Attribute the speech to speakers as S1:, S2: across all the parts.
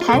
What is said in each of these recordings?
S1: 台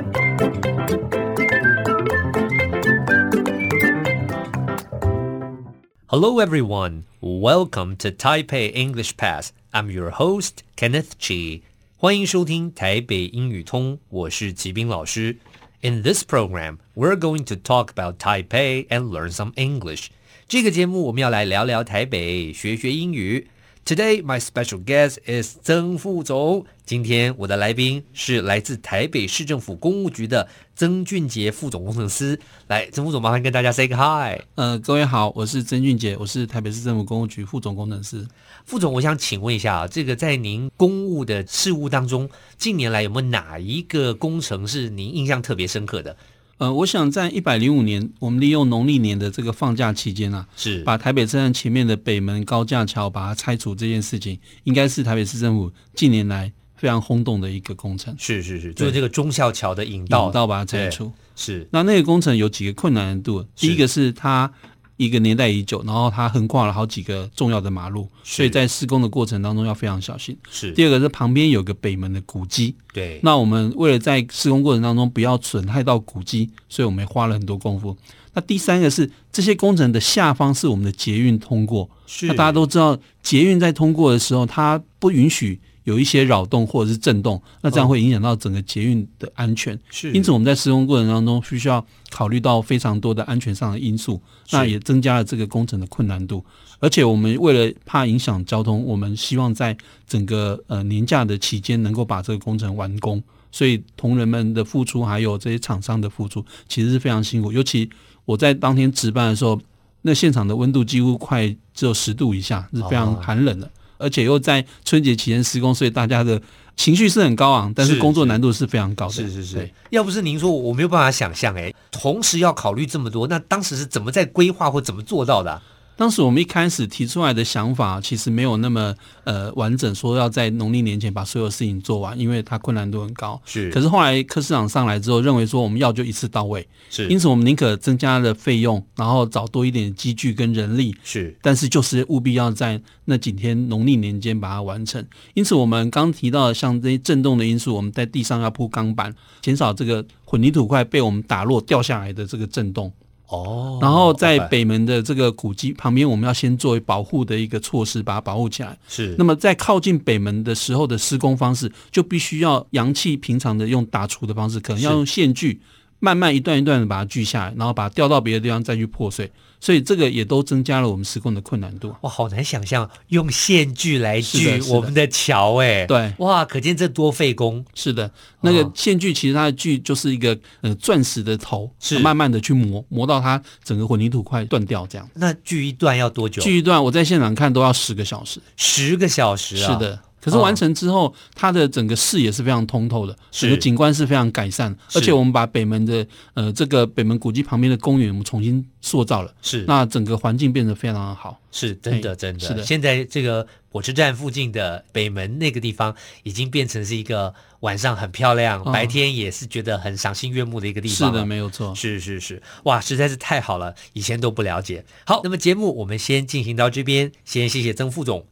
S2: Hello, everyone. Welcome to Taipei English Pass. I'm your host, Kenneth Chi. 欢迎收听台北英语通，我是齐斌老师。In this program, we're going to talk about Taipei and learn some English. 这个节目我们要来聊聊台北，学学英语。Today, my special guest is 曾副总。今天我的来宾是来自台北市政府公务局的曾俊杰副总工程师。来，曾副总，麻烦跟大家 say 个 hi。
S3: 呃，各位好，我是曾俊杰，我是台北市政府公务局副总工程师。
S2: 副总，我想请问一下啊，这个在您公务的事务当中，近年来有没有哪一个工程是您印象特别深刻的？
S3: 呃，我想在一百零五年，我们利用农历年的这个放假期间啊，
S2: 是
S3: 把台北车站前面的北门高架桥把它拆除这件事情，应该是台北市政府近年来非常轰动的一个工程，
S2: 是是是，
S3: 对
S2: 就是这个忠孝桥的引道，
S3: 引道把它拆
S2: 对
S3: 除。
S2: 是
S3: 那那个工程有几个困难度，
S2: 是
S3: 第一个是它一个年代已久，然后它横跨了好几个重要的马路，
S2: 是
S3: 所以在施工的过程当中要非常小心。
S2: 是，
S3: 第二个是旁边有个北门的古迹，
S2: 对，
S3: 那我们为了在施工过程当中不要损害到古迹，所以我们花了很多功夫。那第三个是这些工程的下方是我们的捷运通过，
S2: 是
S3: 那大家都知道捷运在通过的时候，它不允许有一些扰动或者是震动，那这样会影响到整个捷运的安全。
S2: 是，
S3: 因此我们在施工过程当中必须要考虑到非常多的安全上的因素，
S2: 是
S3: 那也增加了这个工程的困难度。而且我们为了怕影响交通，我们希望在整个呃年假的期间能够把这个工程完工。所以同仁们的付出，还有这些厂商的付出，其实是非常辛苦。尤其我在当天值班的时候，那现场的温度几乎快只有十度以下，是非常
S2: 哦
S3: 寒冷的。而且又在春节期间施工，所以大家的情绪是很高昂，但是
S2: 是
S3: 工作
S2: 是
S3: 难度是非常高的。
S2: 是是是
S3: 对，
S2: 要不是您说，我没有办法想象哎，同时要考虑这么多，那当时是怎么在规划或怎么做到的啊、
S3: 当时我们一开始提出来的想法，其实没有那么呃完整，说要在农历年前把所有事情做完，因为它困难度很高。
S2: 是
S3: 可是后来柯市长上来之后，认为说我们要就一次到位，
S2: 是
S3: 因此我们宁可增加了费用，然后找多一点机具跟人力，
S2: 是
S3: 但是就是务必要在那几天农历年间把它完成。因此，我们刚提到的像这些震动的因素，我们在地上要铺钢板，减少这个混凝土块被我们打落掉下来的这个震动。
S2: 哦，
S3: 然后在
S2: 明白
S3: 北门的这个古迹旁边，我们要先作为保护的一个措施，把它保护起来。
S2: 是
S3: 那么在靠近北门的时候的施工方式，就必须要扬弃平常的用打除的方式，可能要
S2: 是
S3: 用线锯，慢慢一段一段的把它锯下来，然后把它吊到别的地方再去破碎。所以这个也都增加了我们施工的困难度。
S2: 哇，好难想象用线锯来
S3: 是
S2: 锯
S3: 的是的
S2: 我们的桥哎，哦
S3: 对
S2: 哇，可见这多费工
S3: 是的，那个线锯其实它的锯就是一个呃钻石的头，
S2: 是
S3: 慢慢的去磨，磨到它整个混凝土块断掉这样。
S2: 那锯一段要多久？
S3: 锯一段，我在现场看都要十个小时。
S2: 十个小时啊！
S3: 是，的，可是完成之后，它的整个视野是非常通透的，
S2: 是
S3: 整个景观是非常改善，
S2: 是
S3: 而且我们把北门的呃这个北门古迹旁边的公园，我们重新塑造了，
S2: 是
S3: 那整个环境变得非常的好。
S2: 是真的
S3: 嘿
S2: 真的。
S3: 是的
S2: 现在这个火车站附近的北门那个地方，已经变成是一个晚上很漂亮，
S3: 嗯
S2: 白天也是觉得很赏心悦目的一个地
S3: 是
S2: 方了。啊
S3: 的，没有错。
S2: 是是是，哇，实在是太好了，以前都不了解。好，那么节目我们先进行到这边，先谢谢曾副总。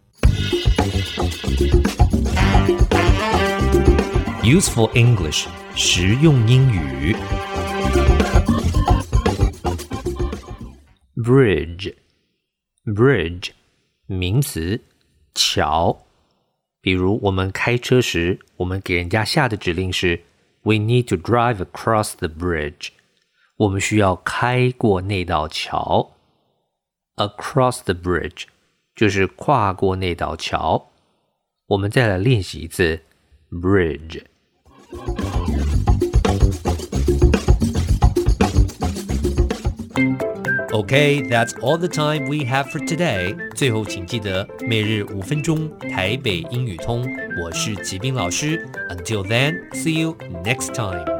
S2: Useful English，实用英语。Bridge，bridge，名词，桥。比如我们开车时，我们给人家下的指令是 “We need to drive across the bridge”，我们需要开过那道桥。Across the bridge 就是跨过那道桥。我们再来练习一次 bridge。Okay, that's all the time we have for today. 最后，请记得每日五分钟台北英语通。我是吉斌老师。Until then, see you next time.